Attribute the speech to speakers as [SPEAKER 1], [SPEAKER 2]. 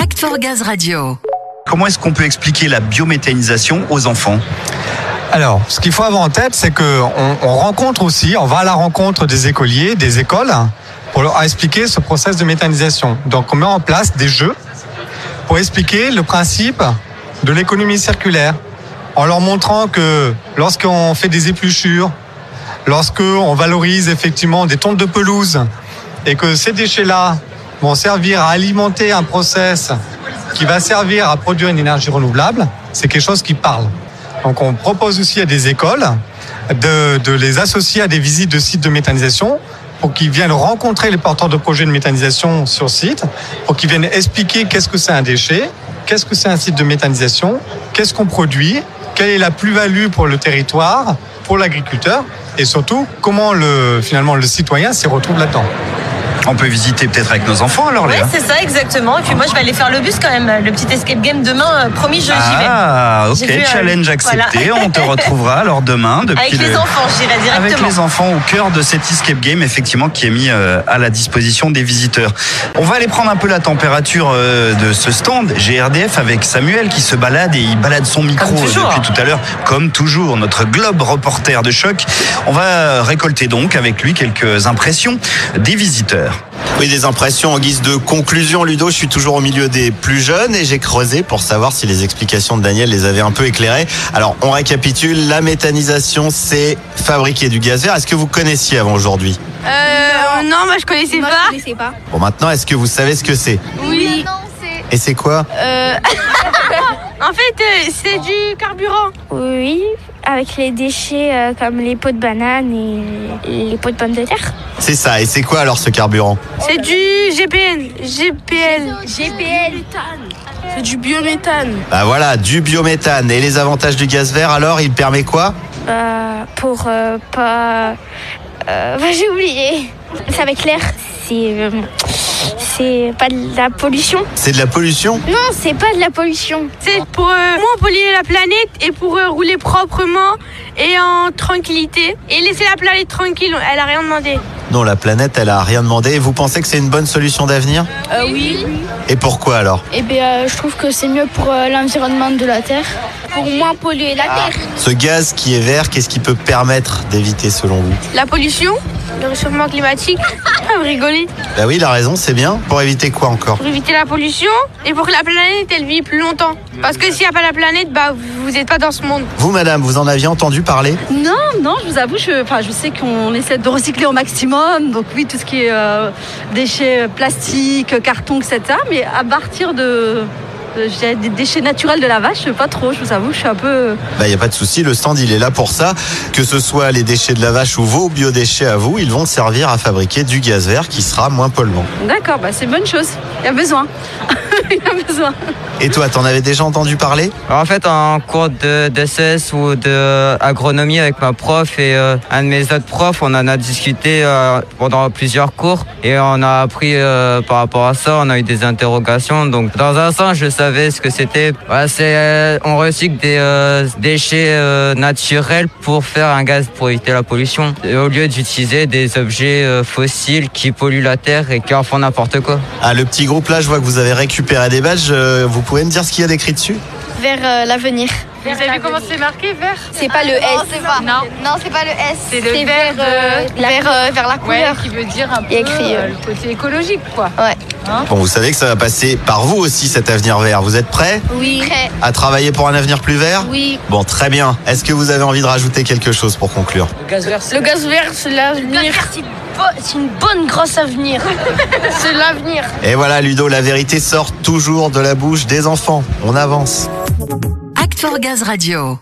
[SPEAKER 1] Act for Gaz Radio.
[SPEAKER 2] Comment est-ce qu'on peut expliquer la biométhanisation aux enfants
[SPEAKER 3] Alors, ce qu'il faut avoir en tête, c'est que on, on rencontre aussi, on va à la rencontre des écoliers, des écoles, pour leur expliquer ce process de méthanisation. Donc, on met en place des jeux pour expliquer le principe de l'économie circulaire, en leur montrant que lorsqu'on fait des épluchures, lorsqu'on valorise effectivement des tontes de pelouse, et que ces déchets-là vont servir à alimenter un process qui va servir à produire une énergie renouvelable, c'est quelque chose qui parle. Donc on propose aussi à des écoles de, de les associer à des visites de sites de méthanisation pour qu'ils viennent rencontrer les porteurs de projets de méthanisation sur site, pour qu'ils viennent expliquer qu'est-ce que c'est un déchet, qu'est-ce que c'est un site de méthanisation, qu'est-ce qu'on produit, quelle est la plus-value pour le territoire, pour l'agriculteur, et surtout comment le, finalement le citoyen s'y retrouve là-dedans.
[SPEAKER 2] On peut visiter peut-être avec nos enfants alors,
[SPEAKER 4] Ouais,
[SPEAKER 2] Léa
[SPEAKER 4] c'est ça, exactement. Et puis moi, je vais aller faire le bus quand même. Le petit escape game demain, euh, promis, je j'y vais.
[SPEAKER 2] Ah, ok,
[SPEAKER 4] J'ai vu, euh,
[SPEAKER 2] challenge accepté.
[SPEAKER 4] voilà.
[SPEAKER 2] On te retrouvera alors demain depuis
[SPEAKER 4] Avec les
[SPEAKER 2] le-
[SPEAKER 4] enfants, j'irai
[SPEAKER 2] avec
[SPEAKER 4] directement.
[SPEAKER 2] les enfants au cœur de cet escape game effectivement qui est mis euh, à la disposition des visiteurs. On va aller prendre un peu la température euh, de ce stand GRDF avec Samuel qui se balade et il balade son micro euh,
[SPEAKER 4] toujours.
[SPEAKER 2] depuis tout à l'heure comme toujours notre globe reporter de choc. On va euh, récolter donc avec lui quelques impressions des visiteurs.
[SPEAKER 5] Oui, des impressions en guise de conclusion, Ludo. Je suis toujours au milieu des plus jeunes et j'ai creusé pour savoir si les explications de Daniel les avaient un peu éclairées. Alors, on récapitule. La méthanisation, c'est fabriquer du gaz vert. Est-ce que vous connaissiez avant aujourd'hui
[SPEAKER 6] Euh, non, moi je connaissais
[SPEAKER 7] Moi,
[SPEAKER 6] pas.
[SPEAKER 7] je connaissais pas.
[SPEAKER 5] Bon, maintenant, est-ce que vous savez ce que c'est
[SPEAKER 6] Oui.
[SPEAKER 7] Non, c'est.
[SPEAKER 5] Et c'est quoi
[SPEAKER 6] Euh, en fait, euh, c'est du carburant.
[SPEAKER 7] Oui, avec les déchets euh, comme les pots de banane et les pots de pommes de terre.
[SPEAKER 5] C'est ça. Et c'est quoi alors ce carburant
[SPEAKER 6] C'est du GPN. GPL. GPL. C'est du biométhane.
[SPEAKER 5] Bah voilà, du biométhane. Et les avantages du gaz vert, alors, il permet quoi
[SPEAKER 7] Euh, pour euh, pas. euh, bah, J'ai oublié. C'est avec l'air. C'est. euh, c'est pas de la pollution.
[SPEAKER 5] C'est de la pollution
[SPEAKER 7] Non, c'est pas de la pollution.
[SPEAKER 6] C'est pour euh, moins polluer la planète et pour euh, rouler proprement et en tranquillité. Et laisser la planète tranquille, elle a rien demandé.
[SPEAKER 5] Non, la planète, elle a rien demandé. Et vous pensez que c'est une bonne solution d'avenir
[SPEAKER 6] Euh, oui.
[SPEAKER 5] Et pourquoi alors
[SPEAKER 7] Eh bien, je trouve que c'est mieux pour euh, l'environnement de la Terre. Ah. Pour moins polluer la Terre.
[SPEAKER 5] Ce gaz qui est vert, qu'est-ce qui peut permettre d'éviter selon vous
[SPEAKER 6] La pollution, le réchauffement climatique. Ah, Vous rigolez.
[SPEAKER 5] Bah oui, il a raison, c'est bien. Pour éviter quoi encore
[SPEAKER 6] pour éviter la pollution et pour que la planète elle vit plus longtemps. Parce que s'il n'y a pas la planète, bah vous n'êtes pas dans ce monde.
[SPEAKER 5] Vous, madame, vous en aviez entendu parler
[SPEAKER 8] Non, non, je vous avoue, je, enfin, je sais qu'on essaie de recycler au maximum. Donc oui, tout ce qui est euh, déchets plastiques, euh, cartons, etc. Mais à partir de, de- je dirais, des déchets naturels de la vache, pas trop, je vous avoue, je suis un peu...
[SPEAKER 5] Bah, il n'y a pas de souci, le stand, il est là pour ça. Que ce soit les déchets de la vache ou vos biodéchets à vous, ils vont servir à fabriquer du gaz vert qui sera moins polluant.
[SPEAKER 8] D'accord, bah, c'est une bonne chose. Il y a besoin. Il y a besoin.
[SPEAKER 5] Et toi, t'en avais déjà entendu parler
[SPEAKER 9] Alors, en fait, en cours de d'ESS ou de agronomie avec ma prof et euh, un de mes autres profs, on en a discuté euh, pendant plusieurs cours et on a appris euh, par rapport à ça. On a eu des interrogations. Donc, dans un sens, je savais ce que c'était. Voilà, c'est euh, on recycle des euh, déchets euh, naturels pour faire un gaz pour éviter la pollution Et au lieu d'utiliser des objets euh, fossiles qui polluent la terre et qui en font n'importe quoi.
[SPEAKER 5] Ah, le petit groupe là, je vois que vous avez récupéré des badges. euh, Vous pouvez me dire ce qu'il y a d'écrit dessus
[SPEAKER 7] Vers euh, l'avenir.
[SPEAKER 6] Vous avez vu comment c'est marqué vert
[SPEAKER 7] C'est pas le S.
[SPEAKER 6] Non.
[SPEAKER 7] Non, c'est pas le S.
[SPEAKER 6] C'est le vert, euh,
[SPEAKER 7] vers, euh, vers la couleur.
[SPEAKER 6] qui veut dire un
[SPEAKER 7] Il y a écrit, euh,
[SPEAKER 6] le côté écologique quoi.
[SPEAKER 5] Bon, vous savez que ça va passer par vous aussi, cet avenir vert. Vous êtes prêts
[SPEAKER 7] Oui.
[SPEAKER 5] à travailler pour un avenir plus vert
[SPEAKER 7] Oui.
[SPEAKER 5] Bon, très bien. Est-ce que vous avez envie de rajouter quelque chose pour conclure
[SPEAKER 6] Le gaz vert c'est l'avenir.
[SPEAKER 7] C'est une bonne grosse avenir.
[SPEAKER 6] C'est l'avenir.
[SPEAKER 5] Et voilà, Ludo, la vérité sort toujours de la bouche des enfants. On avance.
[SPEAKER 1] Act for Gaz Radio.